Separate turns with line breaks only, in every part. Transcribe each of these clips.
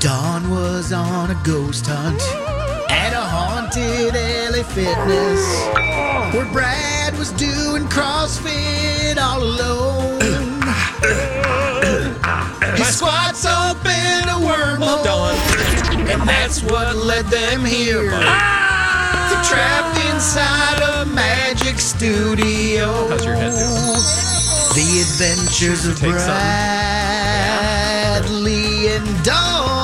Don was on a ghost hunt at a haunted LA Fitness where Brad was doing CrossFit all alone. His squats opened a wormhole, and that's what led them here. They're Trapped inside a magic studio.
How's your head doing?
The Adventures of
Take something.
Bradley and Dawn.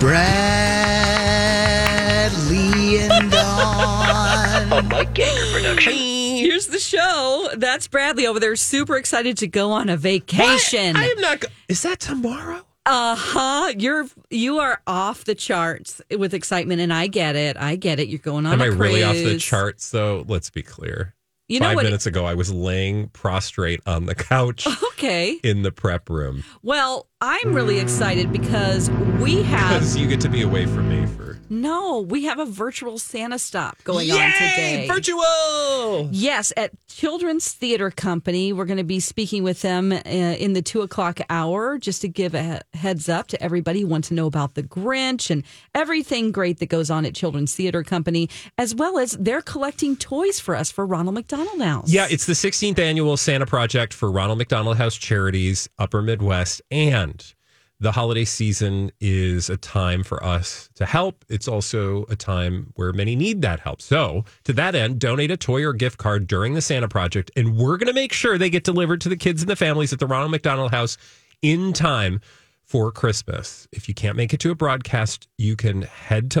Bradley and Dawn.
Mike Ganger production.
Here's the show. That's Bradley over there, super excited to go on a vacation.
I am not. Go- Is that tomorrow?
Uh huh. You're you are off the charts with excitement, and I get it. I get it. You're going on.
Am
a
I really off the
cruise.
charts? Though, let's be clear.
You know
Five
what?
minutes ago, I was laying prostrate on the couch
Okay.
in the prep room
Well, I'm really excited because we have
because you get to be away from me for
no, we have a virtual Santa stop going
Yay!
on today.
Virtual.
Yes, at Children's Theater Company. We're going to be speaking with them uh, in the two o'clock hour just to give a he- heads up to everybody who wants to know about the Grinch and everything great that goes on at Children's Theater Company, as well as they're collecting toys for us for Ronald McDonald House.
Yeah, it's the 16th annual Santa Project for Ronald McDonald House Charities, Upper Midwest, and the holiday season is a time for us to help. It's also a time where many need that help. So, to that end, donate a toy or gift card during the Santa Project, and we're going to make sure they get delivered to the kids and the families at the Ronald McDonald House in time for Christmas. If you can't make it to a broadcast, you can head to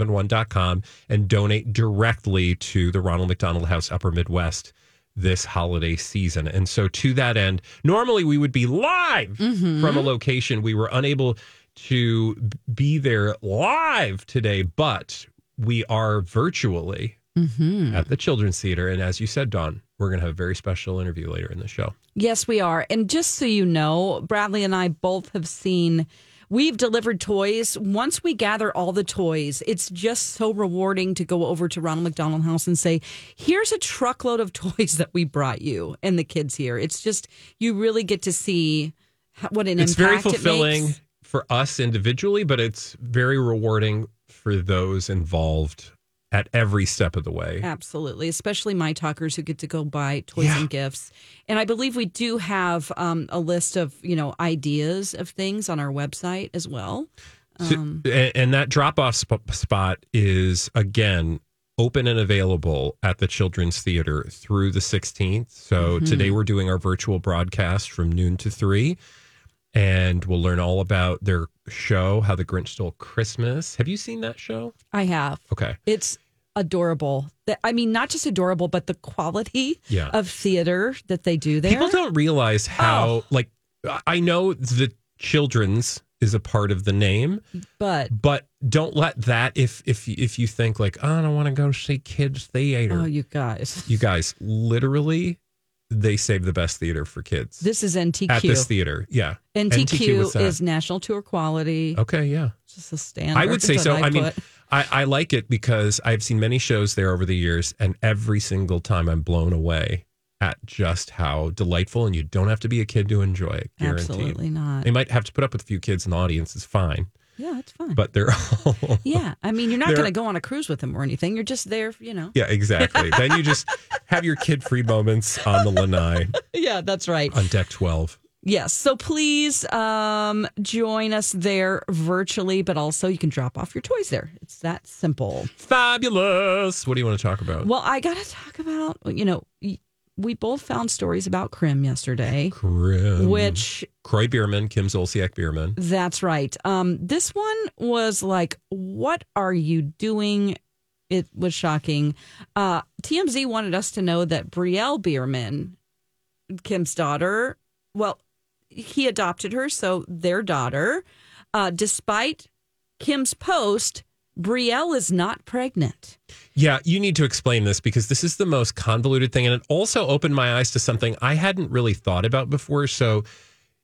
mytalk1071.com and donate directly to the Ronald McDonald House Upper Midwest this holiday season. And so, to that end, normally we would be live from a location. We were unable to b- be there live today, but we are virtually at the Children's Theater. And as you said, Dawn, we're going to have a very special interview later in the show.
Yes, we are. And just so you know, Bradley and I both have seen. We've delivered toys. Once we gather all the toys, it's just so rewarding to go over to Ronald McDonald House and say, "Here's a truckload of toys that we brought you and the kids here." It's just you really get to see ho- what an
it's very
impact
fulfilling
it makes.
for us individually, but it's very rewarding for those involved at every step of the way.
Absolutely, especially my talkers who get to go buy toys
Yeah.
and gifts. And I believe we do have um, a list of you know ideas of things on our website as well.
So-
um,
and, and that drop off sp- spot is again open and available at the Children's Theater through the 16th. So
Mm-hmm.
today we're doing our virtual broadcast from noon to three, and we'll learn all about their show, How the Grinch Stole Christmas. Have you seen that show?
I have.
Okay.
It's adorable. The- I mean, not just adorable, but the quality
Yeah.
of theater that they do there. Oh.
People don't realize how, like, I- I know the children's is a part of the name,
but
but don't let that if if if you think like oh, I don't want to go see kids theater.
oh, you guys,
You guys, literally, they save the best theater for kids
this is NTQ.
at this theater. Yeah,
NTQ,
what's that?
is National Tour Quality.
okay. Yeah,
Just a standard.
Oh. I would say
that
so. I, mean,
put.
I, I like it because I've seen many shows there over the years, and every single time I'm blown away at just how delightful. And you don't have to be a kid to enjoy it. Guaranteed.
absolutely not.
They might have to put up with a few kids in the audience. It's fine,
Yeah, it's fine.
but they're all
yeah, I mean, you're not
They're-
going to go on a cruise with them or anything. You're just there, you know.
Yeah, exactly. then you just have your kid free moments on the lanai
Yeah, that's right.
on deck 12.
Yes. So please um, join us there virtually, but also you can drop off your toys there. It's that simple.
Fabulous. What do you want to talk about?
Well, I got to talk about, you know, y- we both found stories about Krim yesterday,
Grim.
which
Croy Bierman, Kim Zolciak Bierman.
that's right. Um, this one was like, what are you doing? It was shocking. Uh, TMZ wanted us to know that Brielle Bierman, Kim's daughter, well, he adopted her, so their daughter. Uh, despite Kim's post, Brielle is not pregnant.
Yeah, you need to explain this because this is the most convoluted thing. And it also opened my eyes to something I hadn't really thought about before. So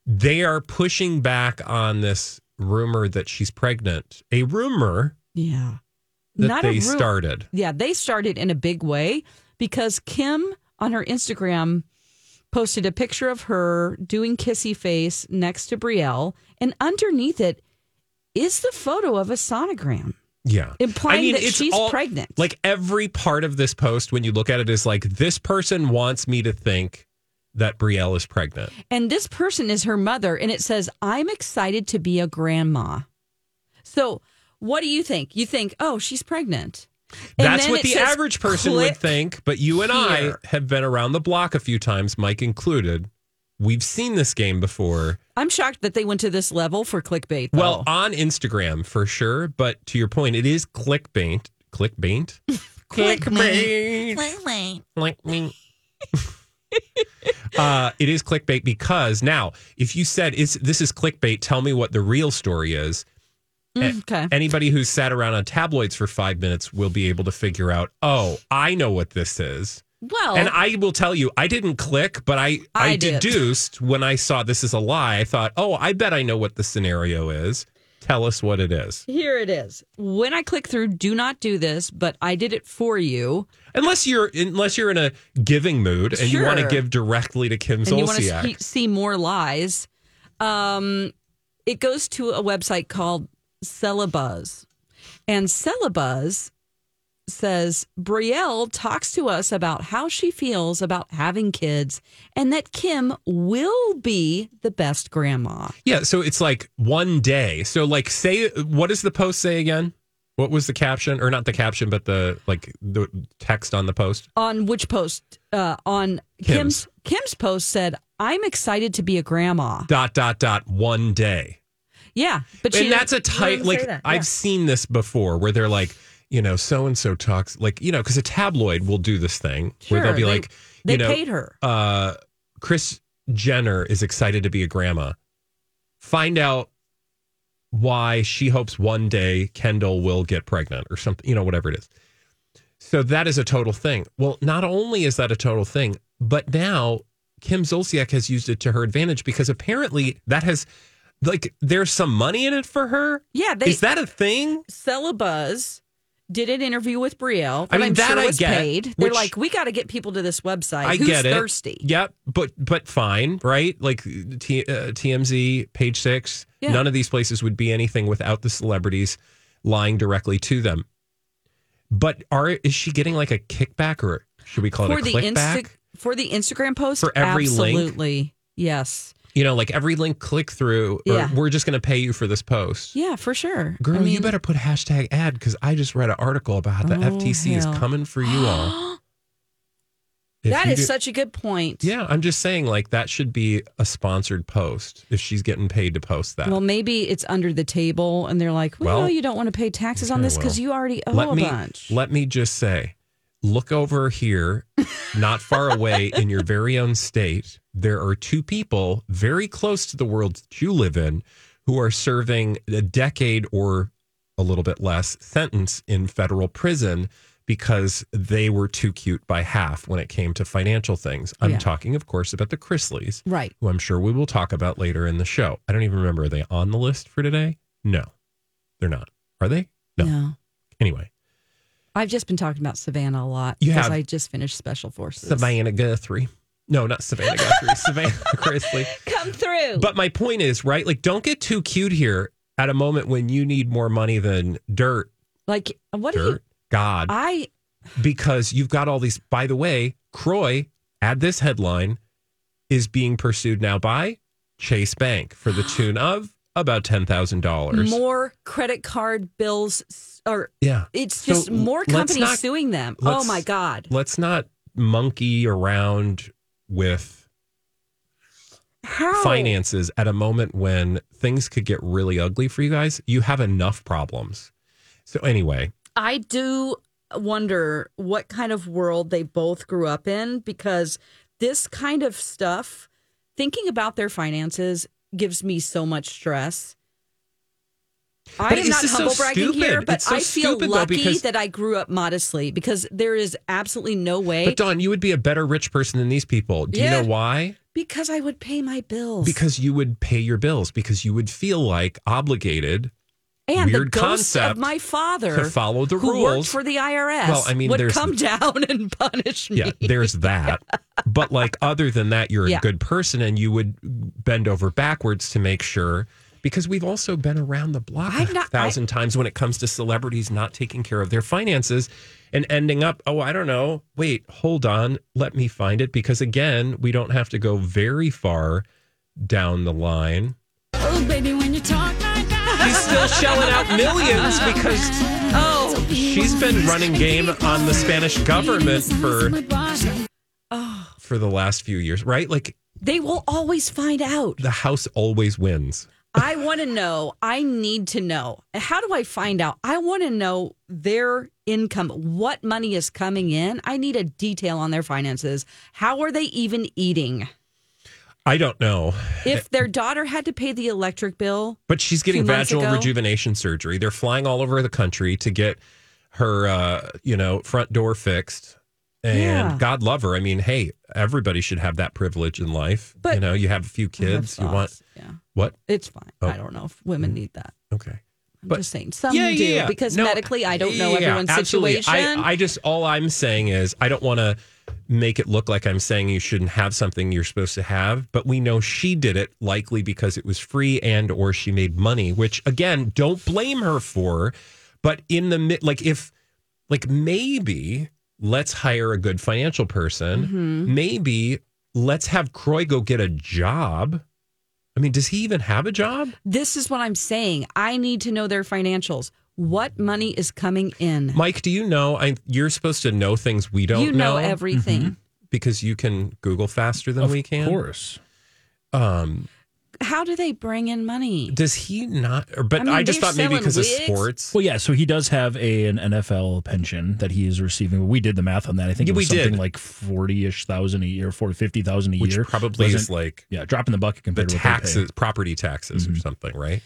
they are pushing back on this rumor that she's pregnant, a rumor
Yeah.
that
Not a
they
ru-
started.
yeah, they started in a big way because Kim on her Instagram posted a picture of her doing kissy face next to Brielle, and underneath it is the photo of a sonogram.
Yeah.
Implying that she's pregnant.
Like every part of this post, when you look at it, is like, this person wants me to think that Brielle is pregnant.
And this person is her mother, and it says, I'm excited to be a grandma. So, what do you think? You think, oh, she's pregnant. And
That's
then
what
it
the
says,
average person
"Click
would think. But you and
here."
I have been around the block a few times, Mike included. We've seen this game before.
I'm shocked that they went to this level for clickbait. Though.
Well, on Instagram for sure. But to your point, it is clickbait. Clickbait? clickbait. Like me. uh, it is clickbait because now, if you said it's, this is clickbait, tell me what the real story is. Eh.
Mm, okay.
Anybody who's sat around on tabloids for five minutes will be able to figure out, oh, I know what this is.
Well,
And I will tell you, I didn't click, but I, I,
Oh. I did.
deduced when I saw this is a lie. I thought, oh, I bet I know what the scenario is. Tell us what it is.
here it is. When I click through, do not do this, but I did it for you.
Unless you're unless you're in a giving mood and you want to
Sure.
give directly to Kim
and you want
Zolciak.
to see more lies, um, it goes to a website called Celebuzz. And Celebuzz says Brielle talks to us about how she feels about having kids and that Kim will be the best grandma.
Yeah, so it's like one day. So like say what does the post say again? What was the caption or not the caption but the like the text on the post?
On which post? Uh, on
Kim's.
Kim's. Kim's post said, "I'm excited to be a grandma."
dot dot dot one day.
Yeah, but she
and that's a
didn't- she
type
didn't
like
say that. Yeah.
I've seen this before where they're like, you know, so and so talks like, you know, cuz a tabloid will do this thing where they'll
Sure,
be
they-
like,
they
you know,
paid her.
uh Chris Jenner is excited to be a grandma. Find out why she hopes one day Kendall will get pregnant or something, you know, whatever it is. So that is a total thing. Well, not only is that a total thing, but now Kim Zolciak has used it to her advantage because apparently that has like there's some money in it for her.
Yeah, they-
is that a thing?
Celebuzz did an interview with Brielle.
I
I
mean,
am
that
sure
I
was
get,
paid. They're
which-
like, we got to get people to this website.
I
Who's
get it.
thirsty?
Yep, but but fine, right? Like T, uh, TMZ, Page Six.
Yeah.
None of these places would be anything without the celebrities lying directly to them. But are is she getting like a kickback, or should we call it
For
a
the
clickback?
Insta- for the Instagram post,
For every link?
absolutely. Yes.
you know, like every link click through, or
Yeah.
we're just going to pay you for this post.
Yeah, for sure.
Girl,
I mean,
you better put hashtag ad because I just read an article about how the
Oh,
FTC
hell.
is coming for you all. If
That
you
is
do-
such a good point.
Yeah, I'm just saying, like, that should be a sponsored post if she's getting paid to post that.
Well, maybe it's under the table, and they're like, "We
Well,
know you don't want to pay taxes on
okay,
this because
well,
you already owe
let
a
me
bunch."
let me just say, look over here, not far away in your very own state, there are two people very close to the world that you live in who are serving a decade or a little bit less sentence in federal prison because they were too cute by half when it came to financial things. I'm
Yeah.
talking, of course, about the Chrisleys.
right.
who I'm sure we will talk about later in the show. I don't even remember. Are they on the list for today? No, they're not. Are they? No. Anyway,
I've just been talking about Savannah a lot
You
because
have-
I just finished Special Forces.
Savannah Guthrie. No, not Savannah Guthrie. Savannah Chrisley.
Come through.
But my point is, right? Like, don't get too cute here at a moment when you need more money than dirt,
like, what do you?
dirt, God,
I
because you've got all these. By the way, Croy, add this headline, is being pursued now by Chase Bank for the tune of about $10,000.
more credit card bills s- or
yeah.
it's
So
just more
let's
companies
not-
suing them. Oh
let's-
my god.
let's not monkey around with
How?
finances at a moment when things could get really ugly for you guys. You have enough problems. So anyway,
I do wonder what kind of world they both grew up in because this kind of stuff thinking about their finances gives me so much stress. I
But
am
it's
not
just so
humble bragging here,
stupid.
but
It's so
I feel
stupid, though,
lucky
because-
that I grew up modestly because there is absolutely no way
but Don, you would be a better rich person than these people. Do
Yeah.
you know why?
because I would pay my bills.
Because you would pay your bills because you would feel like obligated
and the
Weird
ghosts of
concept
my father
to follow the
who worked
rules.
for the IRS
Well, I mean,
would
there's-
come down and punish me.
Yeah, there's that. But like other than that, you're
Yeah.
a good person and you would bend over backwards to make sure because we've also been around the block
I've
a
not-
thousand times when it comes to celebrities not taking care of their finances and ending up, oh, I don't know. Wait, hold on. Let me find it. Because again, we don't have to go very far down the line.
Oh, baby, when you talk like that.
She's still shelling out millions because
Oh,
she's been running game on the Spanish government for for the last few years, right? Like
Oh. they will always find out.
the house always wins.
I want to know. I need to know. How do I find out? I want to know their income, what money is coming in. I need a detail on their finances. How are they even eating?
I don't know,
If their daughter had to pay the electric bill,
but she's getting
Few months
vaginal
ago.
rejuvenation surgery. They're flying all over the country to get her, uh, you know, front door fixed. And
Yeah.
God love her. I mean, hey, everybody should have that privilege in life.
But-
you know, you have a few kids. You want
yeah,
what?
it's fine.
Oh.
I don't know if women need that.
Okay.
I'm
But-
just saying some
yeah,
do
yeah, yeah.
because
No,
medically I don't know
yeah,
everyone's
absolutely.
situation.
I, I just all I'm saying is I don't want to make it look like I'm saying you shouldn't have something you're supposed to have, but we know she did it likely because it was free and or she made money, which again, don't blame her for. But in the mid, like if like maybe let's hire a good financial person.
Mm-hmm.
Maybe let's have Croy go get a job. I mean, does he even have a job?
this is what I'm saying. I need to know their financials. What money is coming in?
Mike, do you know? I, you're supposed to know Mm-hmm. things we don't
you know, everything.
because you can Google faster than we can.
Of course.
Um,
How do they bring in money?
does he not? Or, but I,
I mean,
just
they're
thought maybe
selling
because of
wigs.
sports.
Well, yeah. So he does have a an NFL pension that he is receiving. We did the math on that. I think
Yeah,
it was
we did.
something like forty ish thousand a year, forty fifty thousand a
Which
year.
probably
Wasn't-
is like
yeah, dropping the bucket
the
compared to what they Mm-hmm. pay.
taxes, property taxes or something, right?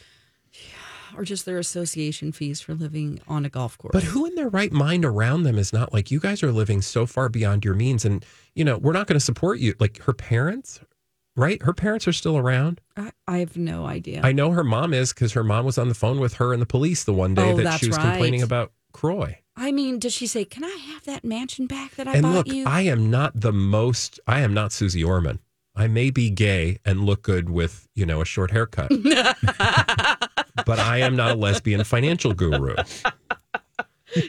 Or just their association fees for living on a golf course?
But who in their right mind around them is not like, you guys are living so far beyond your means and, you know, we're not going to support you. Like her parents, right? Her parents are still around.
I, I have no idea.
I know her mom is because her mom was on the phone with her and the police the one day
Oh,
that
that's
she was complaining
right.
about Croy.
I mean, does she say, "Can I have that mansion back that I
and
bought
look,
you"?
I am not the most. I am not Susie Orman. I may be gay and look good with you know a short haircut, but I am not a lesbian financial guru.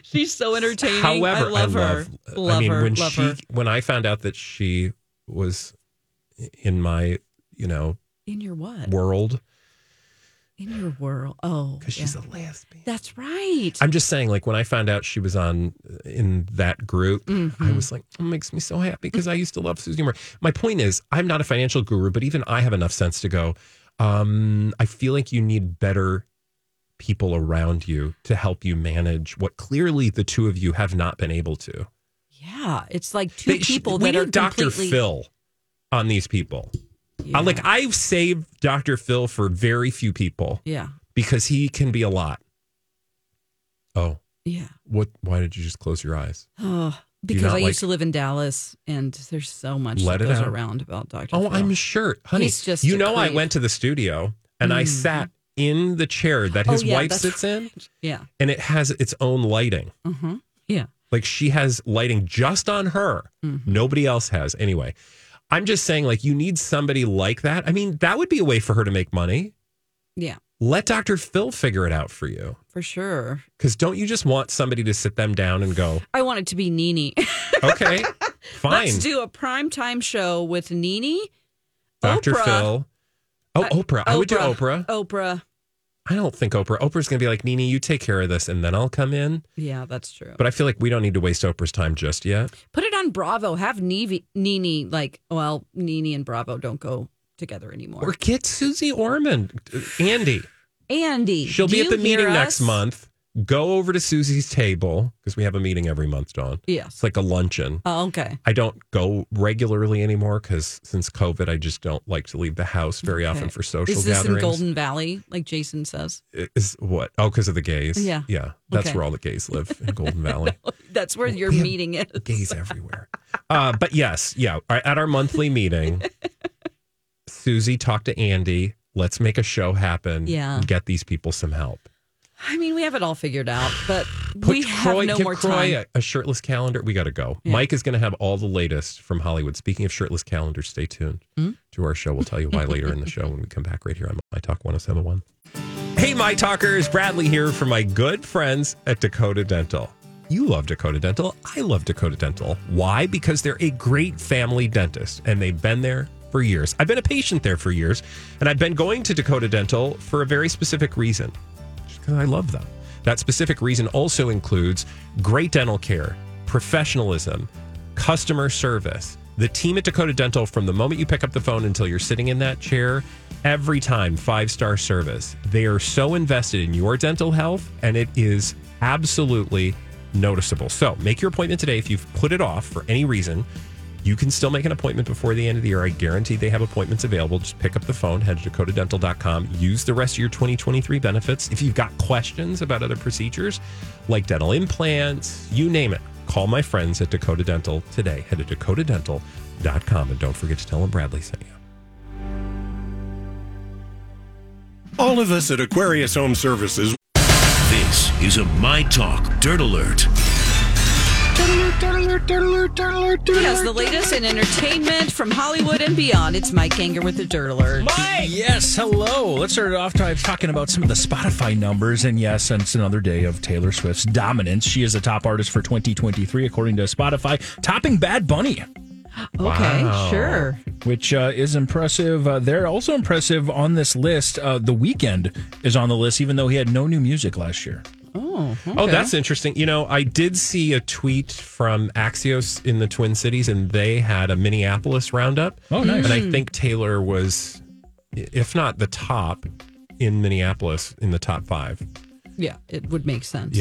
She's so entertaining.
However,
I love her. Love
I mean,
her.
when
love
she
her.
when I found out that she was in my you know
in your what?
world
In your world. Oh,
because she's
yeah.
a lesbian.
That's right.
I'm just saying, like when I found out she was on in that group,
Mm-hmm.
I
Hmm.
was like, it makes me so happy because I used to love Susie Moore. My point is, I'm not a financial guru, but even I have enough sense to go. Um, I feel like you need better people around you to help you manage what clearly the two of you have not been able to.
yeah, it's like two
They sh-
people
we
that are
need Dr.
completely.
Phil on these people.
Yeah.
I, like I've saved Dr. Phil for very few people
yeah,
because he can be a lot. Oh,
yeah.
what? Why did you just close your eyes?
Oh,
Do you
because
not
I
like-
used to live in Dallas, and there's so much
Let
that
it
goes
out.
around about Doctor.
Oh, I'm sure, honey.
He's just
you
a
know, I
creep. Mm-hmm.
went to the studio and I sat in the chair that
Oh,
his
yeah,
wife
that's
sits in,
yeah.
and it has its own lighting.
Uh-huh. Yeah.
Like she has lighting just on her.
Mm-hmm.
Nobody else has. Anyway, I'm just saying, like, you need somebody like that. I mean, that would be a way for her to make money.
Yeah.
Let Dr. Phil figure it out for you.
For sure.
Because don't you just want somebody to sit them down and go,
I want it to be Nini.
okay, fine,
Let's do a primetime show with Nini,
Dr.
Oprah.
Phil. Oh, Oprah. I would do
Oprah.
Oprah.
Oprah.
I don't think Oprah. Oprah's going to be like, Nini, you take care of this and then I'll come in.
Yeah, that's true.
But I feel like we don't need to waste Oprah's time just yet.
Put it on Bravo. Have Nevi, Nini, like, well, Nini and Bravo don't go together anymore.
Or get Susie Orman. Uh, Andy,
Andy.
she'll
do
be at
you
the
hear
meeting next
us?
month. Go over to Susie's table because we have a meeting every month, Dawn.
Yes.
It's like a luncheon.
Oh, okay.
I don't go regularly anymore because since COVID, I just don't like to leave the house very often
Okay.
for social
Is this
gatherings.
in Golden Valley, like Jason says?
Is what? Oh, because of the gays.
Yeah.
Yeah. That's
Okay.
where all the gays live in Golden Valley.
That's where your
We have
meeting is.
gays everywhere. Uh, but yes, yeah. our- At our monthly meeting, Susie talked to Andy. Let's make a show happen.
Yeah.
Get these people some help.
I mean, we have it all figured out, but
Put
we
Croy-
have no
give
more
Croy
time.
A, a shirtless calendar. We got to go. Mike is going to have all the latest from Hollywood. Speaking of shirtless calendars, stay tuned
Hmm?
to our show. We'll tell you why later in the show when we come back right here on My Talk 1071. Hey, My Talkers. Bradley here from my good friends at Dakota Dental. You love Dakota Dental. I love Dakota Dental. Why? Because they're a great family dentist and they've been there for years. I've been a patient there for years and I've been going to Dakota Dental for a very specific reason because I love them. That specific reason also includes great dental care, professionalism, customer service. The team at Dakota Dental, from the moment you pick up the phone until you're sitting in that chair, every time five star service. They are so invested in your dental health, and it is absolutely noticeable. So make your appointment today if you've put it off for any reason. You can still make an appointment before the end of the year. I guarantee they have appointments available. Just pick up the phone, head to dakotadental.com, use the rest of your 2023 benefits. If you've got questions about other procedures like dental implants, you name it, call my friends at Dakota Dental today. Head to dakotadental.com and don't forget to tell them Bradley sent you.
All of us at Aquarius Home Services.
This is a My Talk Dirt Alert.
Yes, the latest in entertainment from Hollywood and beyond. It's Mike Ganger with the Dirt Alert.
Yes, hello. Let's start it off by talking about some of the Spotify numbers. And yes, it's another day of Taylor Swift's dominance. She is the top artist for 2023, according to Spotify, topping Bad Bunny,
Okay, sure.
which uh, is impressive. Uh, they're also impressive on this list. Uh, the Weekend is on the list, even though he had no new music last year.
Oh, okay.
Oh, that's interesting. You know, I did see a tweet from Axios in the Twin Cities, and they had a Minneapolis roundup.
Oh, nice.
And I think Taylor was, if not the top in Minneapolis, in the top five.
yeah. It would make sense.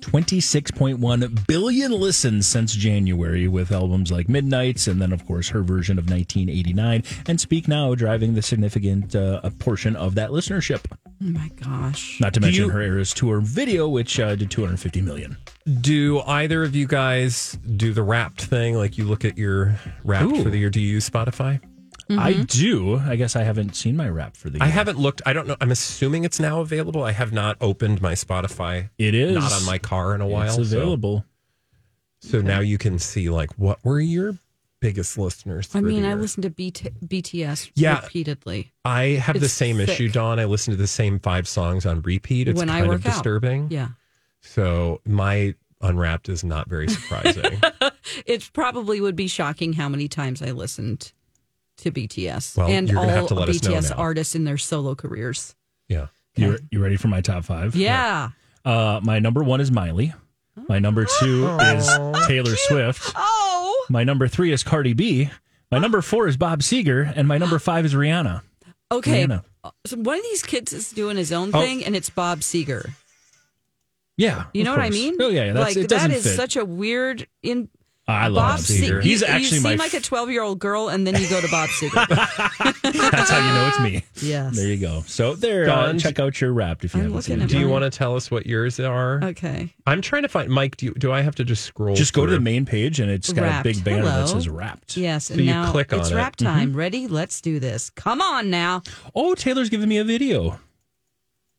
26.1 billion listens since January with albums like Midnight's and then, of course, her version of 1989 and Speak Now driving the significant uh, portion of that listenership.
Oh my gosh.
Not to mention
you-
her Eras Tour video, which uh, did 250 million.
Do either of you guys do the wrapped thing? Like you look at your wrapped
Ooh.
for the year. Do you use Spotify?
I do. I guess I haven't seen my rap for the year.
Mm-hmm. I haven't looked. I don't know. I'm assuming it's now available. I have not opened my Spotify.
It is.
Not on my car in a while.
It's
so-
available.
So now you can see like what were your biggest listeners.
I
through the
mean, I
year?
listened to BT- BTS
Yeah.
repeatedly.
I have the
It's
same
thick.
issue, Dawn. I listen to the same five songs on repeat. It's
When I
kind of
work out.
disturbing.
Yeah.
So my Unwrapped is not very surprising.
It probably would be shocking how many times I listened to BTS
Well,
and
you're
all
gonna have to let us know
BTS
now.
artists in their solo careers.
yeah.
You, you ready for my top five?
Yeah.
Uh, my number one is Miley. My number two is Taylor Swift.
Oh.
My number three is Cardi B. My number four is Bob Seger, and my number five is Rihanna.
Okay.
Rihanna.
So one of these kids is doing his own
Oh.
thing, and it's Bob Seger.
Yeah,
You
of
know what I
course.
mean?
Oh yeah, yeah, that's,
like
it doesn't
that is
fit.
such a weird in.
I love
Bob
Bob
Seger.
Seger. He's
you,
actually
you
my.
seem like a twelve-year-old girl, and then you go to Bob Seger.
that's how you know it's me.
yes.
There you go. So there,
Don,
uh, check out your Wrapped if you
I'm
haven't
looking
seen
at
it.
Do you
Mine-
want to tell us what yours are?
Okay.
I'm trying to find Mike. Do you, do I have to just scroll?
Just go to
through?
the main page, and it's got
Wrapped.
a big banner
Hello.
that says Wrapped.
Yes. and
you
now
click on
it's
it.
Mm-hmm.
rap time. Ready? Let's do this. Come on now.
Oh, Taylor's giving me a video.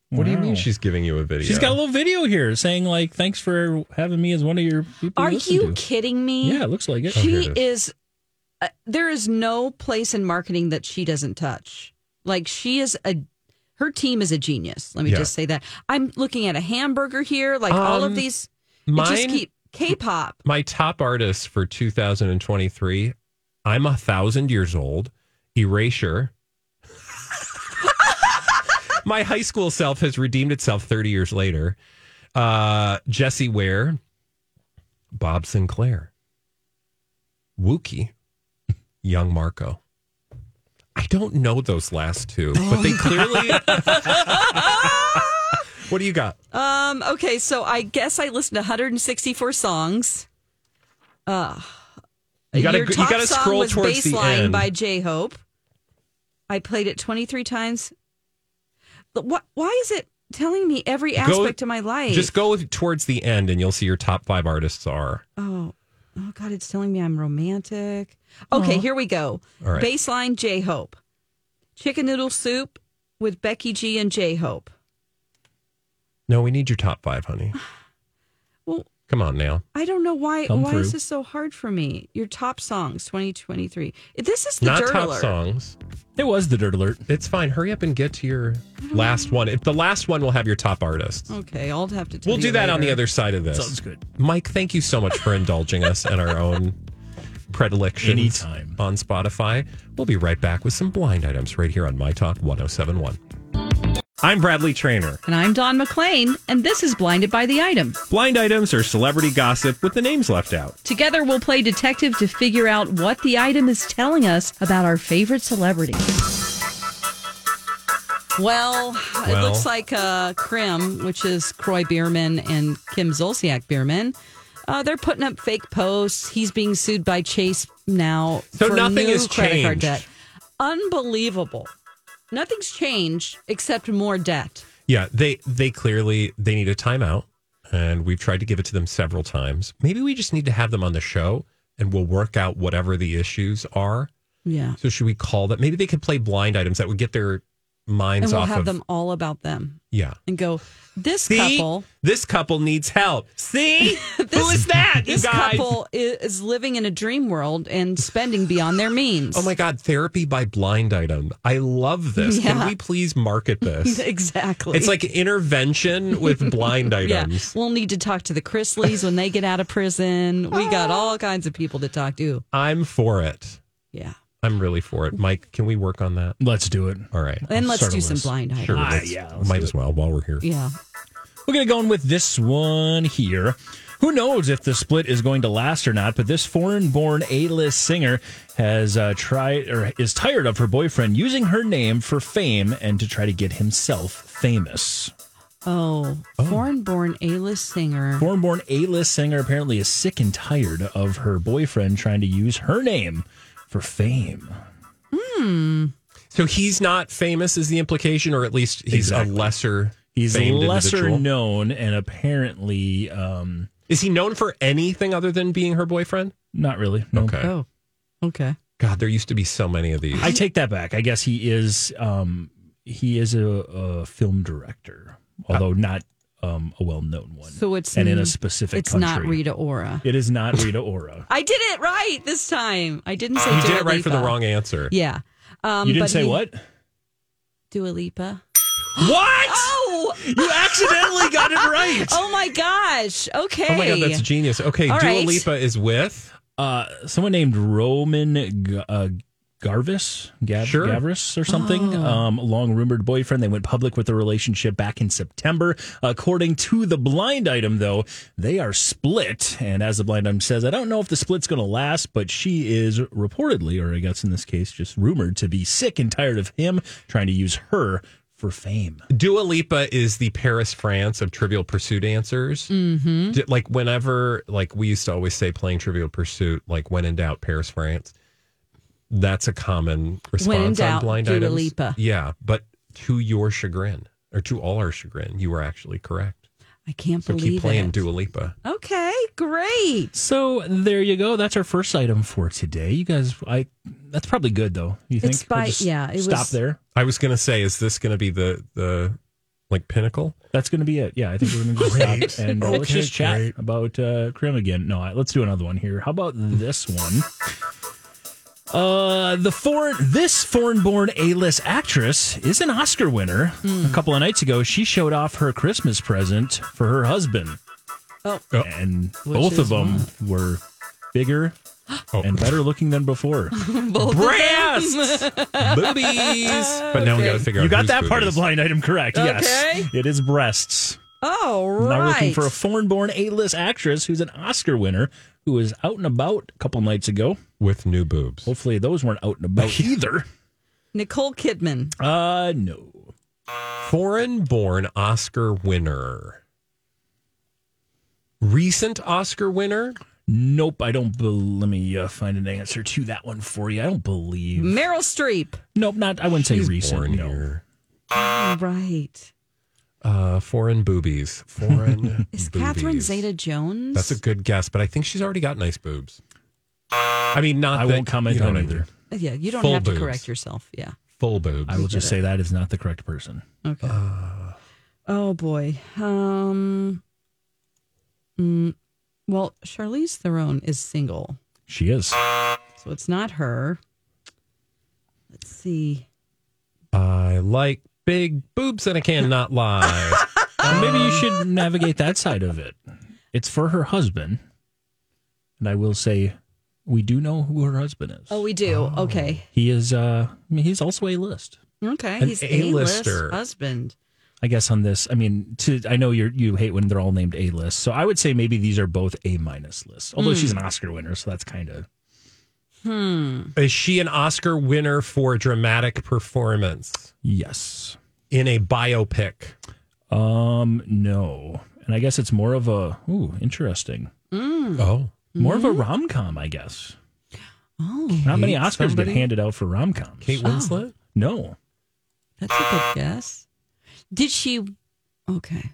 What do you
Wow.
mean she's giving you a video?
She's got a little video here saying like, "Thanks for having me as one of your people."
Are
listen
you
to."
kidding me?
Yeah, it looks like it.
Oh, here
she
it
Oh, is. Uh, there is no place in marketing that she doesn't touch. Like she is a. Her team is a genius. Let me
Yeah.
just say that. I'm looking at a hamburger here. Like all
Um,
of these. it
Mine,
just keep K-pop.
my top artists for 2023. I'm a thousand years old. Erasure. my high school self has redeemed itself 30 years later. Uh, Jesse Ware, Bob Sinclair, Wookie, Young Marco. I don't know those last two, but they clearly. what do you got?
Um, okay, so I guess I listened to 164 songs. Uh,
You gotta
Your
go- you
top
gotta
song
scroll
was
towards the
Baseline
end.
by J Hope. I played it 23 times. But what? Why is it telling me every
Go-
aspect of my life?
Just go with- towards the end, and you'll see your top five artists are.
Oh, oh God, it's telling me I'm romantic. Okay, here we go.
All right.
Baseline J Hope, chicken noodle soup with Becky G and J Hope.
No, we need your top five, honey.
Well,
Come on now.
I don't know why.
Come
why
through.
is this so hard for me? Your top songs 2023. This is the
Not
dirt
top
alert.
songs.
It was the dirt alert.
It's fine. Hurry up and get to your last one. If the last one will have your top artists.
Okay, I'll have to. Tell
We'll
you
do that on the
later.
other side of this.
Sounds good.
Mike, thank you so much for indulging us in our own predilections
Anytime.
on Spotify. We'll be right back with some blind items right here on My Talk 1071. I'm Bradley Trainer.
And I'm Don McClain, and this is Blinded by the Item.
Blind items are celebrity gossip with the names left out.
Together, we'll play detective to figure out what the item is telling us about our favorite celebrity. Well, it
Well.
looks like uh, Krim, which is Croy Bierman and Kim Zolciak Bierman, uh, they're putting up fake posts. He's being sued by Chase now.
So
for
nothing
new
has
credit card
changed.
debt. Unbelievable. Nothing's changed except more debt.
Yeah, they they clearly they need a timeout, and we've tried to give it to them several times. Maybe we just need to have them on the show, and we'll work out whatever the issues are.
Yeah.
So should we call that? Maybe they could play blind items that would get their minds
And we'll
off
have
of
them all about them
yeah.
and go, this
See,
couple.
this couple needs help. See,
This-
who is that? You
this
guys.
couple is, is living in a dream world and spending beyond their means.
Oh my God, therapy by blind item. I love this. Can
Yeah.
we please market this?
Exactly.
It's like intervention with blind
yeah,
items.
we'll need to talk to the Chrisleys when they get out of prison. We got
Ah.
all kinds of people to talk to.
I'm for it.
Yeah,
I'm really for it. Mike, can we work on that?
Let's do it.
All right.
and let's
Start a
do some
list.
blind items.
Sure.
Ah,
let's-
Uh, yeah, let's
might
do
as well while we're here.
Yeah,
We're going to go in with this one here. Who knows if the split is going to last or not, but this foreign born A list singer has uh, tried or is tired of her boyfriend using her name for fame and to try to get himself famous.
Oh, foreign-born A-list singer.
Foreign born A list singer apparently is sick and tired of her boyfriend trying to use her name for fame.
So he's not famous, is the implication, or at least he's
Exactly.
a lesser.
He's
famed
lesser
individual?
known and apparently um,
Is he known for anything other than being her boyfriend?
not really. No.
Okay.
Oh, okay.
God, there used to be so many of these.
I take that back. I guess he is um he is a, a film director, although not um a well known one.
So it's
and in a
n-
specific
It's
country.
not Rita Ora.
It is not Rita Ora.
I did it right this time. I didn't say
you
Dua
did it right for the
Lipa.
wrong answer.
Yeah. Um,
you
but
didn't say
he-
what?
Dua Lipa.
What?
Oh,
You accidentally got it right.
oh my gosh. Okay.
Oh my God, that's genius. Okay,
All
Dua
right.
Lipa is with.
Uh, someone named Roman G- uh, Garvis, Gav-
Sure.
Gavris or something,
Oh.
um, long rumored boyfriend. They went public with the relationship back in September. According to the blind item, though, they are split. And as the blind item says, I don't know if the split's going to last, but she is reportedly, or I guess in this case, just rumored to be sick and tired of him trying to use her for fame.
Dua Lipa is the Paris, France of Trivial Pursuit answers. Mm-hmm. Like whenever, like we used to always say, playing Trivial Pursuit. Like when in doubt, Paris, France. That's a common response
doubt,
on blind
Dua
items.
Lipa.
Yeah, but to your chagrin, or to all our chagrin, you were actually correct.
I can't
So
believe
keep playing
it.
Dua Lipa.
Okay, great.
So there you go. That's our first item for today. You guys, I that's probably good though. You think?
It's by-
just
yeah, it
stop
was-
there.
I was gonna say, is this gonna be the the like pinnacle?
That's going to be it. Yeah, I think we're going to stop and let's just chat about uh, Krim again. No, I, let's do another one here. How about this one? Uh, the foreign this foreign-born A-list actress is an Oscar winner. A couple of nights ago, she showed off her Christmas present for her husband.
Oh.
and
Which
both
is
of them were bigger
Oh.
and better looking than before.
breasts, boobies. But now we got to figure out.
You got
whose
that part of the
boobies.
blind item correct. Yes,
Okay.
it is breasts.
Oh,
Now
right.
we're looking for a foreign-born A-list actress who's an Oscar winner who was out and about a couple nights ago.
with new boobs.
Hopefully, those weren't out and about either.
Nicole Kidman.
Uh, no.
Foreign born Oscar winner. Recent Oscar winner?
Nope, I don't. Be- let me uh, find an answer to that one for you. I don't believe.
Meryl Streep.
Nope, not. I wouldn't say
He's
recent.
born
No.
here.
Right.
Uh, foreign boobies. Foreign. boobies.
Is Catherine Zeta Jones?
That's a good guess, but I think she's already got nice boobs. I mean, not.
I
that-
won't comment
you know
on
what I mean.
either.
yeah, you don't
Full
have to
boobs.
correct yourself. Yeah.
Full boobs.
I will just say that is not the correct person.
Okay. Oh boy. Um. mm, well, Charlize Theron is single,
She is.
so it's not her. Let's see.
I like big boobs and I cannot lie.
Uh, maybe you should navigate that side of it. It's for her husband. And I will say, we do know who her husband is.
Oh, we do. Okay.
He is, uh, I mean, he's also a list.
Okay.
An
he's A-list
A-lister.
husband.
I guess on this, I mean, to, I know you you hate when they're all named A list, so I would say maybe these are both A minus lists. Although she's an Oscar winner, so that's kind of
Is she an Oscar winner for dramatic performance
yes.
in a biopic?
Um, no, and I guess it's more of a ooh, interesting, Hmm.
Oh.
more of a rom com, I guess.
Oh,
Not many
Kate
Oscars
somebody?
get handed out for rom coms.
Kate Winslet?
No,
that's a good guess. Did she? Okay.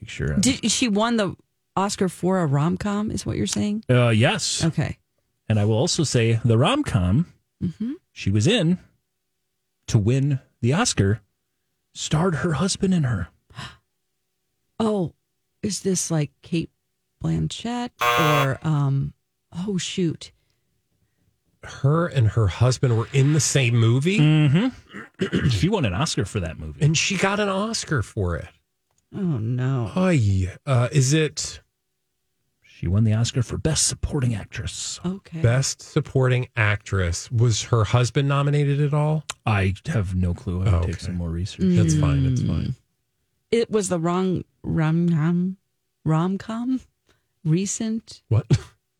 make sure.
Did she won the Oscar for a rom com? Is what you're saying?
uh, yes,
Okay.
and I will also say the rom com she was in to win the Oscar starred her husband in her.
Oh, is this like Kate Blanchett or um? Oh shoot.
Her and her husband were in the same movie
Mm. she won an Oscar for that movie.
and she got an Oscar for it.
Oh no.
Ay, uh, is it
She won the Oscar for Best Supporting Actress.
Okay.
Best Supporting Actress? Was her husband nominated at all?
I have no clue. I would
Oh,
take
okay.
some more research.
Mm.
That's fine. That's fine.
It was the wrong rom com. Rom com. Recent.
What?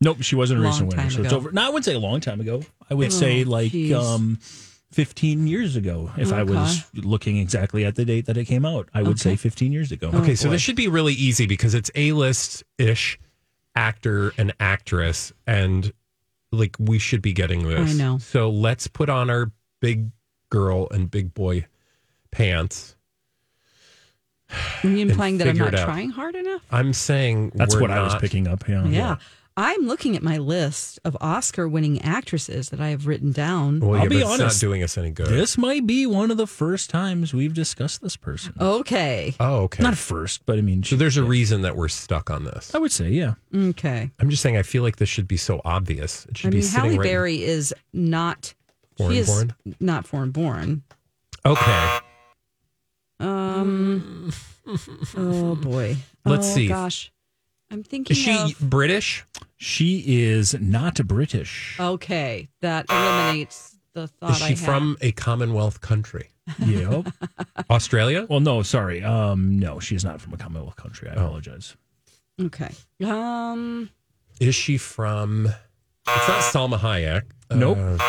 Nope, she wasn't a
Long
recent winner,
time
so it's
ago.
over. No, I wouldn't say a long time ago. I would
Oh,
say like
geez.
um, 15 years ago, if I was looking exactly at the date that it came out. I would say 15 years ago.
Oh,
Okay, so this should be really easy because it's A list ish actor and actress, and like we should be getting this.
I know.
So let's put on our big girl and big boy pants.
Are you implying that I'm
figure
not
it out.
trying hard enough?
I'm saying
That's
we're
what I was
not-
picking up. Yeah.
Yeah. I'm looking at my list of Oscar winning actresses that I have written down.
Well, yeah,
I'll be
but it's
honest.
not doing us any good.
This might be one of the first times we've discussed this person.
Okay.
Oh, okay.
Not first, but I mean,
so
she-
there's a reason that we're stuck on this.
Oh.
I would say, yeah.
Okay.
I'm just saying I feel like this should be so obvious. It should
I
be
mean,
sitting
Halle
right.
Berry is not
Foreign
she is
born?
not foreign born.
Okay.
Um. oh boy.
Let's
Oh,
see.
Gosh, I'm thinking.
Is she
of-
British?
She is not British.
okay, that eliminates the thought.
Is she
I had.
from a Commonwealth country?
yep.
Australia?
Well, no, sorry. Um, no, she is not from a Commonwealth country.
Oh.
I apologize.
Okay. Um.
Is she from? It's not Salma Hayek. Uh,
Nope.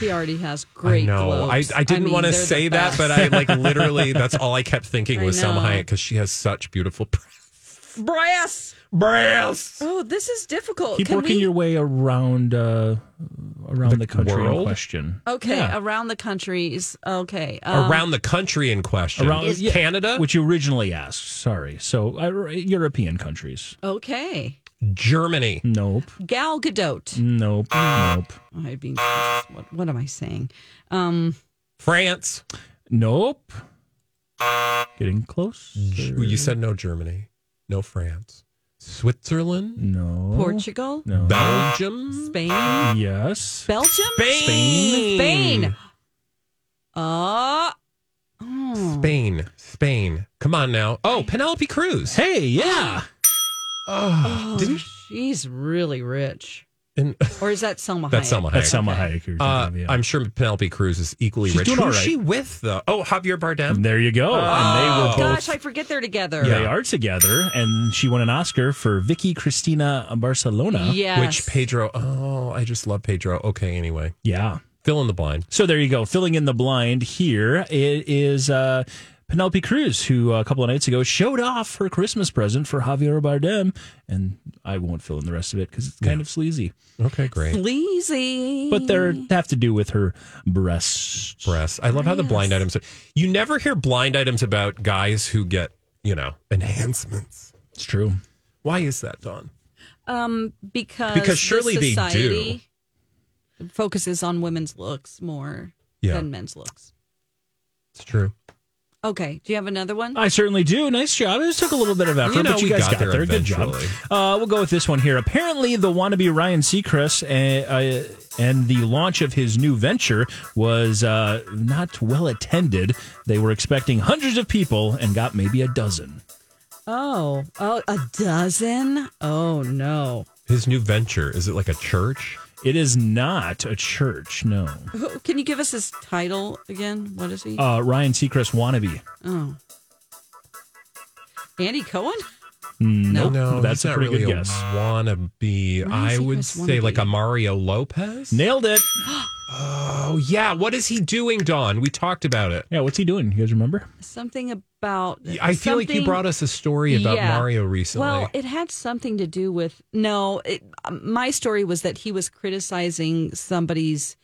He already has
I
great.
know. I,
globes.
I didn't
mean,
want to
they're the
say that, but I
best.
like literally. That's all I kept thinking
I
was Salma
know.
Hayek because she has such beautiful
brass.
breasts.
Oh, this is difficult.
Keep
Can
working
we-
your way around uh, around the, country in
world?
question.
Okay,
Yeah.
around the countries. Okay. um,
Around the country in question.
Around-
Is
yeah.
Canada,
Which you originally asked. Sorry. So uh, European countries.
um, Okay.
Germany.
Mm.
Nope.
Gal Gadot.
Nope. Nope.
I mean, what, what am I saying? Um.
France.
Nope. Getting close.
Well, You said no Germany, no France, Switzerland,
No.
Portugal,
No.
Belgium,
Spain,
Yes.
Belgium,
Spain.
Spain. Uh, oh,
Spain, Spain. Come on now. Oh, Penelope Cruz.
Hey. Yeah.
Oh, didn't
she's really rich.
and,
Or is that Selma
that's
Hayek?
Selma Hayek.
That's Selma Hayek. you're
Uh,
thinking of, yeah.
I'm sure Penelope Cruz is equally
She's
rich.
doing all
Who's
right.
she with though? Oh, Javier Bardem.
there you go. and they were both
Oh, Gosh, I forget they're together.
They are together, and she won an Oscar for Vicky Cristina Barcelona.
Yes.
Which Pedro? Oh, I just love Pedro. Okay, anyway,
Yeah.
fill in the blind.
So there you go. Filling in the blind here it is uh, Penelope Cruz, who uh, a couple of nights ago showed off her Christmas present for Javier Bardem. And I won't fill in the rest of it because it's kind of sleazy.
Okay, great.
Sleazy.
But they have to do with her breasts.
Breasts. I love how the blind items. Are, you never hear blind items about guys who get you know enhancements.
It's true.
Why is that, Don?
um, because
Because
this
surely they do.
society Focuses on women's looks more
Yeah.
than men's looks.
It's true.
Okay. Do you have another one?
I certainly do. Nice job. It took a little bit of effort,
You know,
but you
we
guys
got
got,
there
there. Good job.
eventually.
Uh, we'll go with this one here. Apparently, the wannabe Ryan Seacrest uh, uh, and the launch of his new venture was uh, not well attended. They were expecting hundreds of people and got maybe a dozen.
Oh, oh, a dozen? Oh no.
His new venture is it like a church?
It is not a church, no.
Who- Can you give us his title again? What is he?
Uh, Ryan Seacrest wannabe.
oh, Andy Cohen.
No,
No.
Mm, no,
That's
he's
a
not
pretty
really
good
a
guess.
wannabe.
Ryan
I would
Seacrest
say
wannabe.
like a Mario Lopez.
Nailed it.
Oh yeah, what is he doing, Don? We talked about it.
Yeah, what's he doing? You guys remember?
Something about.
I feel like you
something-
brought us a story about
Yeah.
Mario recently.
Well, it had something to do with no. It, um, my story was that he was criticizing somebody's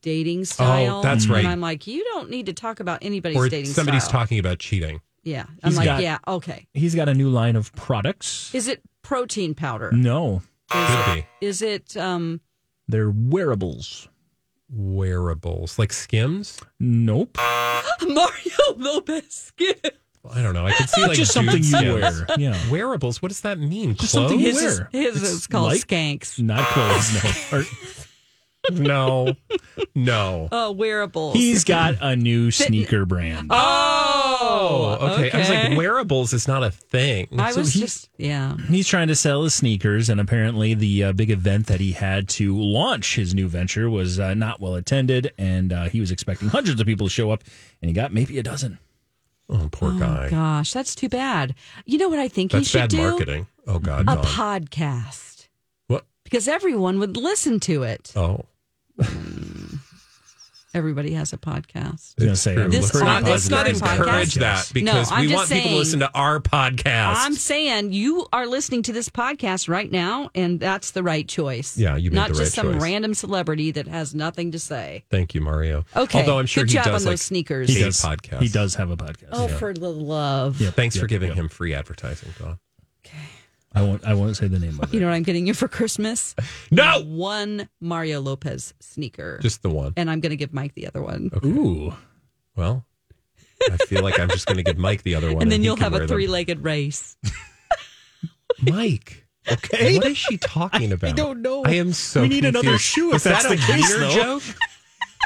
dating style.
Oh, that's right.
And I'm like, you don't need to talk about anybody's
or
dating
somebody's
style.
talking about cheating.
Yeah, I'm
He's
like,
got-
yeah, okay.
He's got a new line of products.
Is it protein powder?
Mm.
No,
Could be
Is it um
they're wearables.
wearables like Skims.
Nope.
Mario Lopez skin?
I don't know. I could see like
just
dude
something you
Skims.
wear. Yeah.
Wearables. What does that mean?
Just
Clothes?
something you
His, is,
Where?
his
It's
is called
like-
Mm.
skanks.
Not clothes, no. Or-
No, no.
Oh, wearables.
he's got a new sneaker brand.
uh,
Oh, okay. I was
okay.
like, wearables is not a thing.
I
so
was
he-
just yeah.
He's trying to sell his sneakers, and apparently, the uh, big event that he had to launch his new venture was uh, not well attended, and uh, he was expecting hundreds of people to show up, and he got maybe a dozen.
oh, poor guy.
Gosh, that's too bad. You know what I think
That's
he should
bad
do?
marketing. Oh God,
A
Don.
podcast
what?
because everyone would listen to it.
Oh,
Everybody has a podcast.
I was gonna
It's
say,
true.
I'm
This
let's
pretty
not,
podcast-
let's
positive
not
he's got a
encourage
podcast.
that because
No, I'm
we
just
want people to
saying-
listen to our podcast.
I'm saying you are listening to this podcast right now, and that's the right choice.
Yeah, you made
not
the
just
right
some
choice.
random celebrity that has nothing to say.
Thank you, Mario.
Okay,
Although I'm sure
good
he
job
does
on
like
those sneakers.
He
a
does,
podcast.
He does have a podcast.
Oh, for the love!
Yeah,
Thanks
yeah,
for giving
yeah.
him free advertising, Don.
I won't. I won't say the name of it.
You know what I'm getting you for Christmas?
No,
One Mario Lopez sneaker.
just the one.
and I'm going to give Mike the other one.
Ooh,
Well, I feel like I'm just going to give Mike the other one,
And then
he
you'll
can
have a
wear them.
three legged race.
Mike. Okay, what is she talking about? I
don't know.
I am so.
We need
confused.
another shoe if
Was
that's
that a
the case,
wiener
though.
joke?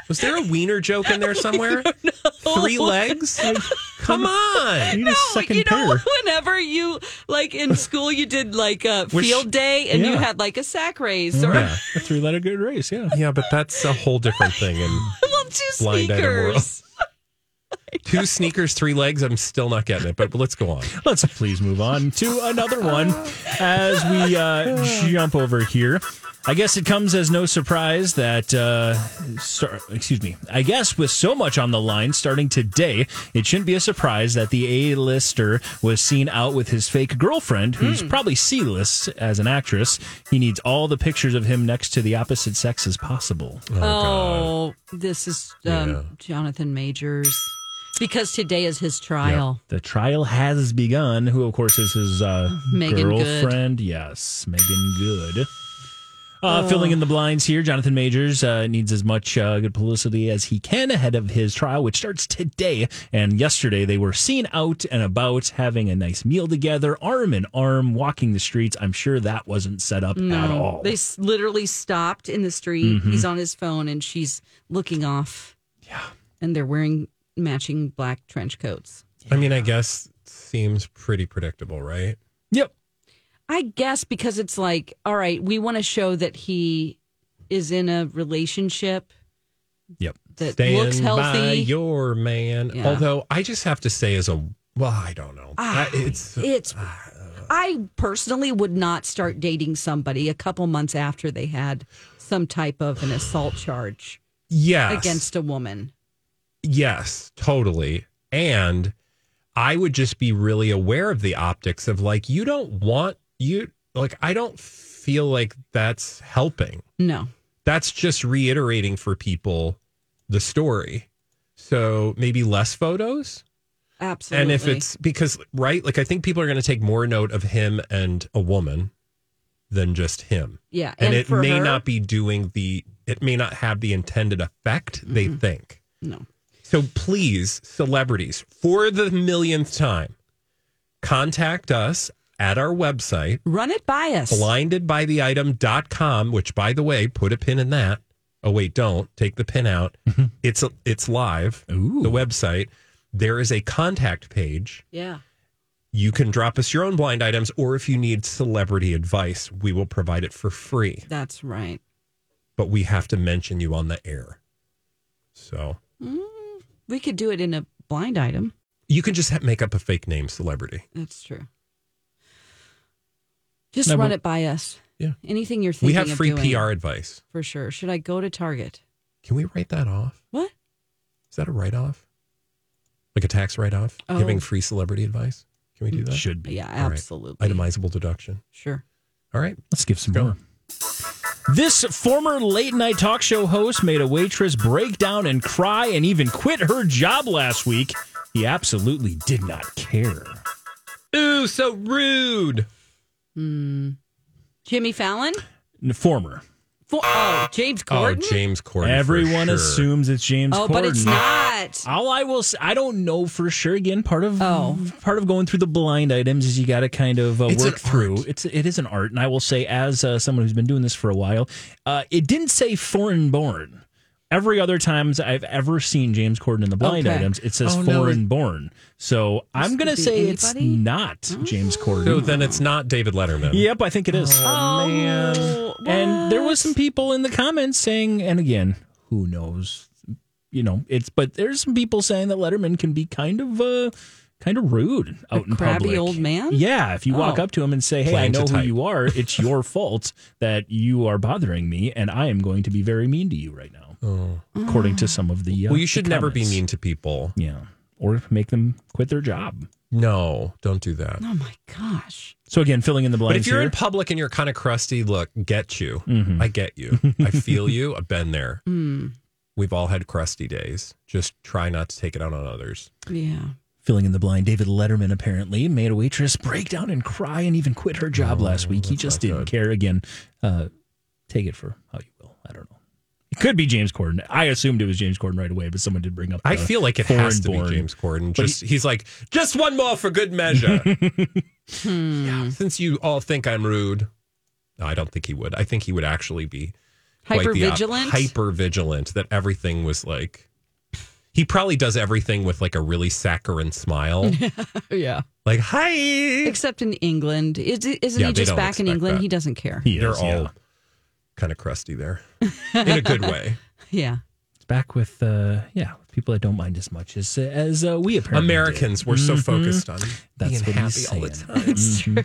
Was there a wiener joke in there somewhere? Three legs? Come
you
on.
need a second
Oh, you know,
pair.
whenever you like in school, you did like a
Which-
field day, and you
yeah.
had like a sack race or
Yeah, a three-letter good race. Yeah.
Yeah, but that's a whole different thing. And
well, two
Blind item world.
sneakers.
two sneakers, three legs. I'm still not getting it. But let's go on.
Let's please move on to another one as we uh, jump over here. I guess it comes as no surprise that, uh, star- excuse me, I guess with so much on the line starting today, it shouldn't be a surprise that the A-lister was seen out with his fake girlfriend, who's probably C-list as an actress. He needs all the pictures of him next to the opposite sex as possible.
Oh, this is um,
Yeah.
Jonathan Majors because today is his trial.
The trial has begun. Who, of course, is his uh,
Megan Good.
girlfriend? Yes, Megan Good. Uh, Filling in the blinds here, Jonathan Majors uh, needs as much uh, good publicity as he can ahead of his trial, which starts today. And yesterday, they were seen out and about, having a nice meal together, arm in arm, walking the streets. I'm sure that wasn't set up at all.
They s- literally stopped in the street.
Mm-hmm.
He's on his phone, and she's looking off. Yeah, and they're wearing matching black trench coats.
I mean, I guess seems pretty predictable, right?
yep.
I guess because it's like, all right, we want to show that he is in a relationship
Yep.
that
Stand
looks
by
healthy.
your man.
Yeah.
Although I just have to say, as a well, I don't know.
Ah,
I- it's
it's I personally would not start dating somebody a couple months after they had some type of an assault charge
yes
against a woman.
Yes, totally. And I would just be really aware of the optics of like, you don't want you, like, I don't feel like that's helping.
No.
That's just reiterating for people the story. So maybe less photos.
Absolutely.
And if it's because, right, like, I think people are going to take more note of him and a woman than just him.
yeah,
And, it
for
may
her- Mm-hmm.
not be doing the, it may not have the intended effect they think.
No.
So please, celebrities, for the millionth time, contact us at our website,
Run it by us.
blindedbytheitem.com, which by the way, put a pin in that. Oh wait, don't take the pin out. it's it's live. The website. There is a contact page.
Yeah.
You can drop us your own blind items, or if you need celebrity advice, we will provide it for free.
That's right.
But we have to mention you on the air. So
We could do it in a blind item.
you can just ha- make up a fake name celebrity.
That's true. Just
No,
run
but-
it by us.
Yeah.
Anything you're thinking
We have
of
free
doing,
PR advice.
for sure. Should I go to Target?
Can we write that off?
What?
Is that a write off? Like a tax write off?
Oh.
Giving free celebrity advice? Can we do that?
Should be.
Yeah,
All right.
absolutely.
Itemizable deduction.
Sure.
All right.
Let's give some more. This former late night talk show host made a waitress break down and cry and even quit her job last week. He absolutely did not care.
Ooh, so rude.
Jimmy Fallon?
N- Former.
For, oh, James Corden?
Oh, James Corden. for
Everyone
sure.
assumes it's James
Oh,
Corden.
but it's not.
All I will, s- I don't know for sure. Again, part of
Oh.
part of going through the blind items is you got to kind of uh,
It's
work
an
through.
art.
It's it is an art, and I will say, as uh, someone who's been doing this for a while, uh, it didn't say foreign born. Every other times I've ever seen James Corden in the blind
Okay.
items, it says
Oh, no,
foreign born. So I'm gonna
could be
say it's
anybody?
not James Corden.
So then it's not David Letterman.
Yep, I think it is.
Oh,
And there was
what?
some people in the comments saying, and again, who knows? You know, it's but there's some people saying that Letterman can be kind of uh kind of rude out in
crabby
public.
old man?
Yeah, if you walk
Oh.
up to him and say, "Hey,
Playing
I know
to
who
type.
you are. It's your fault that you are bothering me, and I am going to be very mean to you right now." According to some of the uh,
Well, you
the
should never be
comments.
mean to people.
Yeah, or make them quit their job.
No, don't do that.
Oh, my gosh.
So again, filling in the blanks.
But if you're
here.
in public and you're kind of crusty, look, get you.
Mm-hmm.
I get you. I feel you. I've been there. We've all had crusty days. Just try not to take it out on others.
Yeah.
Filling in the blind, David Letterman apparently made a waitress break down and cry and even quit her job
Oh,
last week. He just didn't care. Again, uh, take it for how you will. I don't know. It could be James Corden. I assumed it was James Corden right away, but someone did bring up.
I
the
feel like it has to
foreign-born.
be James Corden. Just he's like, just one more for good measure. Yeah, since you all think I'm rude, no, I don't think he would. I think he would actually be
Hyper
vigilant.
vigilant?
Hyper vigilant that everything was like. He probably does everything with like a really saccharine smile,
yeah.
like hi.
Except in England. Is, it- isn't
Yeah,
he
they
just
don't
back in
expect
England?
that.
He doesn't care.
He is,
They're
yeah.
all kind of crusty there, in a good way.
Yeah.
It's back with uh, yeah people that don't mind as much as as uh, we apparently
Americans, we're so focused on
Mm-hmm. That's
being
what
happy
he's
all the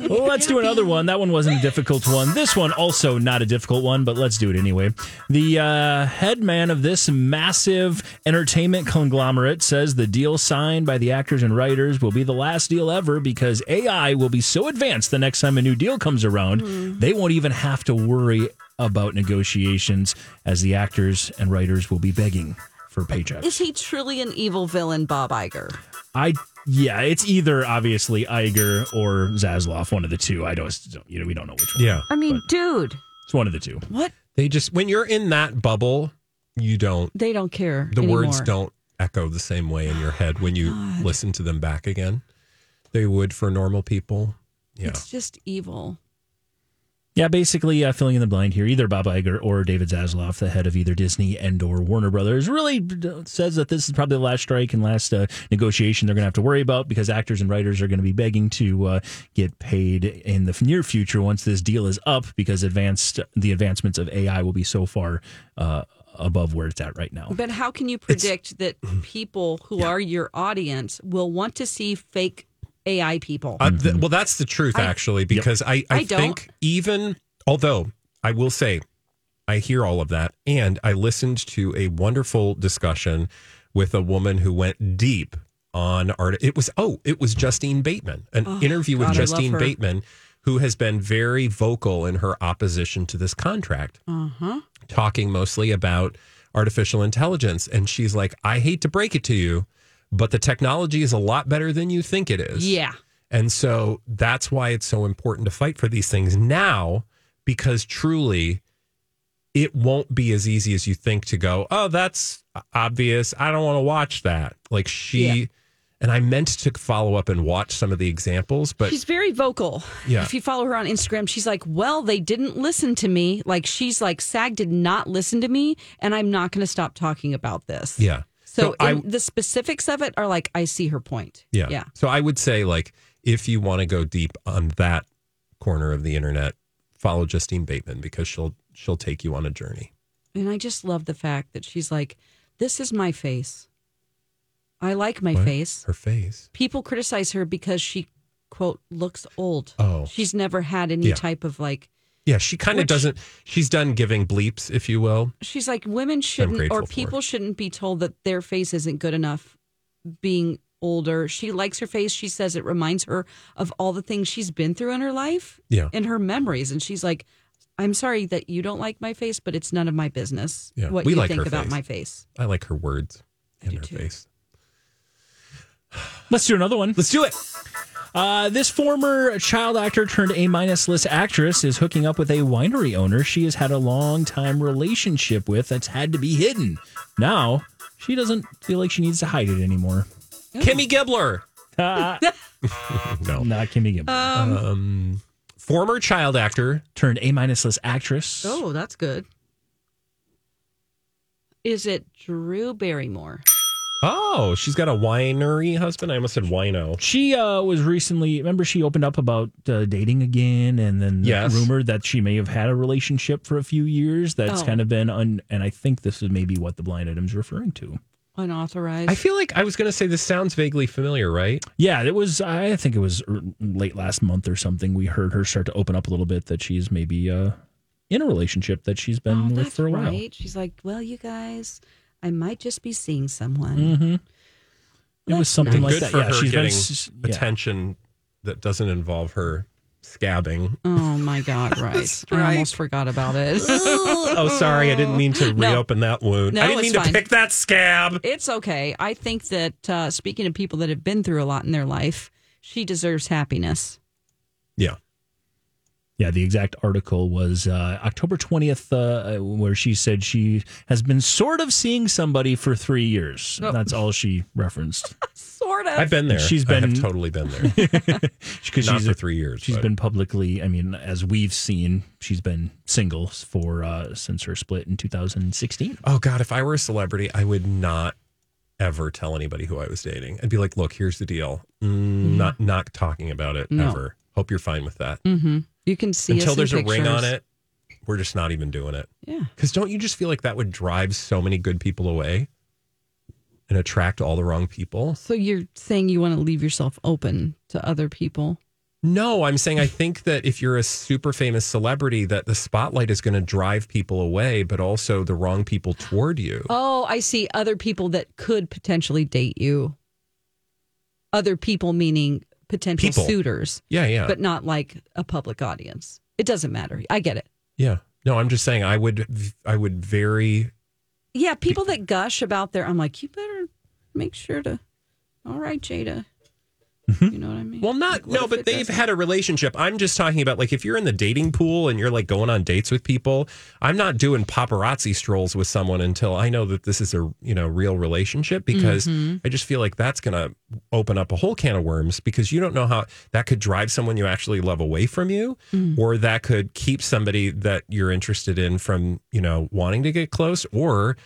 time.
did. Well, let's do another one. That one wasn't a difficult one. This one also not a difficult one, but let's do it anyway. The uh, head man of this massive entertainment conglomerate says the deal signed by the actors and writers will be the last deal ever because AI will be so advanced the next time a new deal comes around, they won't even have to worry about negotiations as the actors and writers will be begging for paychecks.
Is he truly an evil villain, Bob Iger?
I yeah, it's either obviously Iger or Zasloff, one of the two. I don't, you know, we don't know which one.
Yeah,
I mean, dude,
It's one of the two.
what?
they just when you're in that bubble, you don't
They don't care.
the
anymore.
words don't echo the same way in your head when you listen to them back again. They would for normal people. Yeah.
It's just evil.
Yeah, basically uh, filling in the blind here. Either Bob Iger or David Zasloff, the head of either Disney and or Warner Brothers, really d- says that this is probably the last strike and last uh, negotiation they're going to have to worry about because actors and writers are going to be begging to uh, get paid in the f- near future once this deal is up because advanced the advancements of AI will be so far uh, above where it's at right now.
But how can you predict that
Mm-hmm.
people who are your audience will want to see fake AI people?
Uh, th- well, that's the truth, actually, because I, I,
I don't.
think even, although I will say, I hear all of that. And I listened to a wonderful discussion with a woman who went deep on art. It was, oh, it was Justine Bateman, an interview with
Oh, God, I love
Justine
her.
Bateman, who has been very vocal in her opposition to this contract.
Uh-huh.
talking mostly about artificial intelligence. And she's like, I hate to break it to you, but the technology is a lot better than you think it is.
yeah.
And so that's why it's so important to fight for these things now, because truly it won't be as easy as you think to go, oh, that's obvious. I don't want to watch that. Like she, and I meant to follow up and watch some of the examples, but
she's very vocal.
Yeah.
If you follow her on Instagram, she's like, "Well, they didn't listen to me." Like she's like, "SAG did not listen to me, and I'm not going to stop talking about this."
yeah.
So,
I-
in- the specifics of it are like, I see her point.
Yeah.
Yeah.
So I would say, like, if you want to go deep on that corner of the internet, follow Justine Bateman because she'll she'll take you on a journey.
And I just love the fact that she's like, "This is my face. I like my
What?
face."
Her face.
People criticize her because she quote looks old.
Oh.
she's never had any
Yeah.
type of like
Yeah, she kind of
Which-
doesn't. She's done giving bleeps, if you will.
she's like women shouldn't
grateful
or
for.
people shouldn't be told that their face isn't good enough being older she likes her face she says it reminds her of all the things she's been through in her life
Yeah.
and her memories and she's like i'm sorry that you don't like my face but it's none of my business
Yeah,
what
we
you
like
think
her
about
face.
my face
I like her words and
do
her
too.
face.
Let's do another one.
Let's do it.
Uh, this former child actor turned A minus list actress is hooking up with a winery owner she has had a long time relationship with that's had to be hidden. Now she doesn't feel like she needs to hide it anymore.
Kimmy Gibbler.
Ah,
No.
not Kimmy Gibbler.
Oh.
Um, former child actor.
turned A minus list actress.
oh that's good is it drew barrymore
Oh, she's got a winery husband. I almost said wino.
She uh, was recently. Remember, she opened up about uh, dating again, and then
Yes.
rumored that she may have had a relationship for a few years. That's
Oh.
kind of been un. And I think this is maybe what the blind item's referring to.
unauthorized
I feel like I was going to say this sounds vaguely familiar, right?
Yeah, it was. I think it was er- late last month or something. We heard her start to open up a little bit that she's maybe uh, in a relationship that she's been
Oh,
with
that's
for a while.
Right. She's like, well, you guys, I might just be seeing someone.
It was
That's
Good
something like that.
for
yeah,
her
she's been
getting
s- yeah.
attention that doesn't involve her scabbing.
Oh my God, right. I almost forgot about it.
oh, sorry, I didn't mean to
No.
reopen that wound.
No,
I didn't
it's
mean to
fine.
pick that scab.
it's okay. I think that uh, speaking of people that have been through a lot in their life, she deserves happiness.
Yeah.
Yeah, the exact article was uh, October 20th, uh, where she said she has been sort of seeing somebody for three years.
Oh.
That's all she referenced.
Sort of.
I've been there.
She's
I have
been-
totally been there.
Because
Not
she's
for three years.
She's
but-
been publicly, I mean, as we've seen, she's been single for uh, since her split in 2016.
Oh God, if I were a celebrity, I would not ever tell anybody who I was dating. I'd be like, look, here's the deal. Mm, Not not talking about it
Mm-hmm. No.
ever. Hope you're fine with that.
you can see us
Until
in
there's a ring on
pictures.
it, we're just not even doing it.
Yeah.
Because don't you just feel like that would drive so many good people away and attract all the wrong people?
So you're saying you want to leave yourself open to other people?
No, I'm saying I think that if you're a super famous celebrity, that the spotlight is going to drive people away, but also the wrong people toward you.
Oh, I see. Other people that could potentially date you. Other people meaning potential
People.
suitors.
Yeah, yeah,
but not like a public audience. It doesn't matter. I get it.
yeah. No, I'm just saying I would, I would very.
Yeah, people that gush about their, I'm like, you better make sure to. All right, Jada. You know what I mean?
Well, not
Like, what
no,
if
but
it
they've
doesn't-
had a relationship. I'm just talking about like if you're in the dating pool and you're like going on dates with people. I'm not doing paparazzi strolls with someone until I know that this is a you know real relationship because I just feel like that's going to open up a whole can of worms because you don't know how that could drive someone you actually love away from you or that could keep somebody that you're interested in from you know wanting to get close or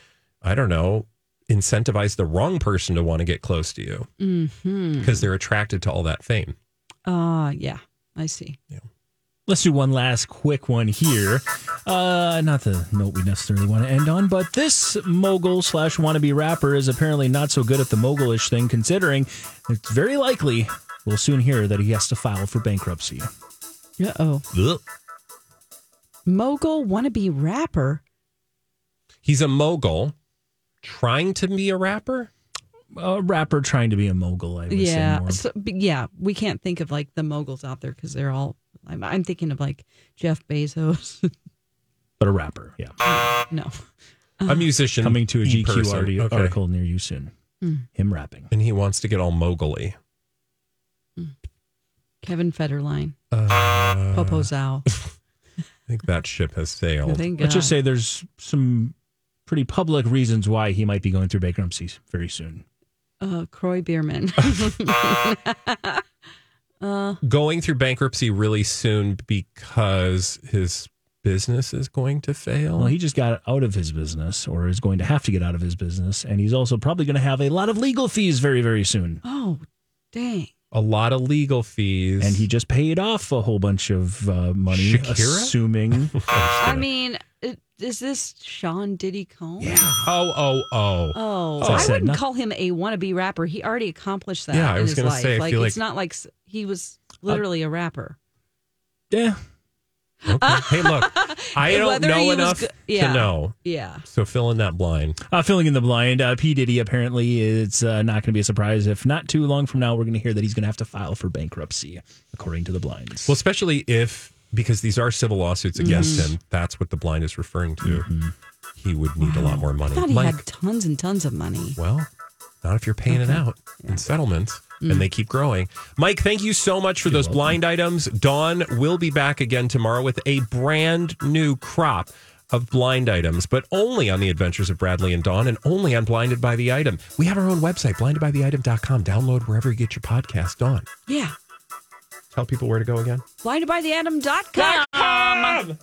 I don't know incentivize the wrong person to want to get close to you because they're attracted to all that fame.
Mm-hmm. Ah, yeah, I see.
Let's do one last quick one here. Uh, not the note we necessarily want to end on, but this mogul slash wannabe rapper is apparently not so good at the mogulish thing, considering it's very likely we'll soon hear that he has to file for bankruptcy.
Uh oh. Mogul wannabe rapper.
He's a mogul trying to be a rapper.
A rapper trying to be a mogul, I would say.
Yeah.
More.
So, but yeah, we can't think of like the moguls out there because they're all, I'm, I'm thinking of like Jeff Bezos.
but a rapper, yeah.
no.
A musician
Uh-huh. Coming to a
e
GQ
person.
arti-
Okay.
article near you soon.
Hmm.
Him rapping.
and he wants to get all mogully.
Kevin Federline. Popo Zhao.
I think that ship has sailed.
Thank God.
Let's just say there's some pretty public reasons why he might be going through bankruptcy very soon.
Uh, Croy Bierman.
Going through bankruptcy really soon because his business is going to fail.
Well, he just got out of his business or is going to have to get out of his business. And he's also probably going to have a lot of legal fees very, very soon.
oh, dang.
a lot of legal fees.
And he just paid off a whole bunch of uh, money.
Shakira?
Assuming.
I mean, it- is this Sean Diddy Combs?
oh oh oh.
Oh,
So I
I
said
wouldn't
nothing.
call him a wannabe rapper. He already accomplished that.
Yeah, I
in
was
his
gonna
life.
say, I
like,
feel
it's
like- Uh,
not like s- he was literally a rapper.
yeah.
Okay. hey, look, I don't
Whether he
know
was
enough
go- yeah.
to know.
Yeah,
So fill in that blind.
Uh, filling in the blind, uh, P. Diddy apparently it's uh, not going to be a surprise if not too long from now we're going to hear that he's going to have to file for bankruptcy, according to the blinds.
Well, especially if because these are civil lawsuits against
Mm-hmm.
him. That's what the blind is referring to. He would need a lot more money.
I Mm-hmm. thought he
Like,
had tons and tons of money.
well, not if you're paying it out in settlements.
Mm.
And they keep growing. Mike, thank you so much for those blind items. Dawn will be back again tomorrow with a brand new crop of blind items, but only on the adventures of Bradley and Dawn and only on Blinded by the Item. We have our own website, blindedbytheitem.com. Download wherever you get your podcast. Dawn,
Yeah,
tell people where to go again.
blindedbytheatom.com.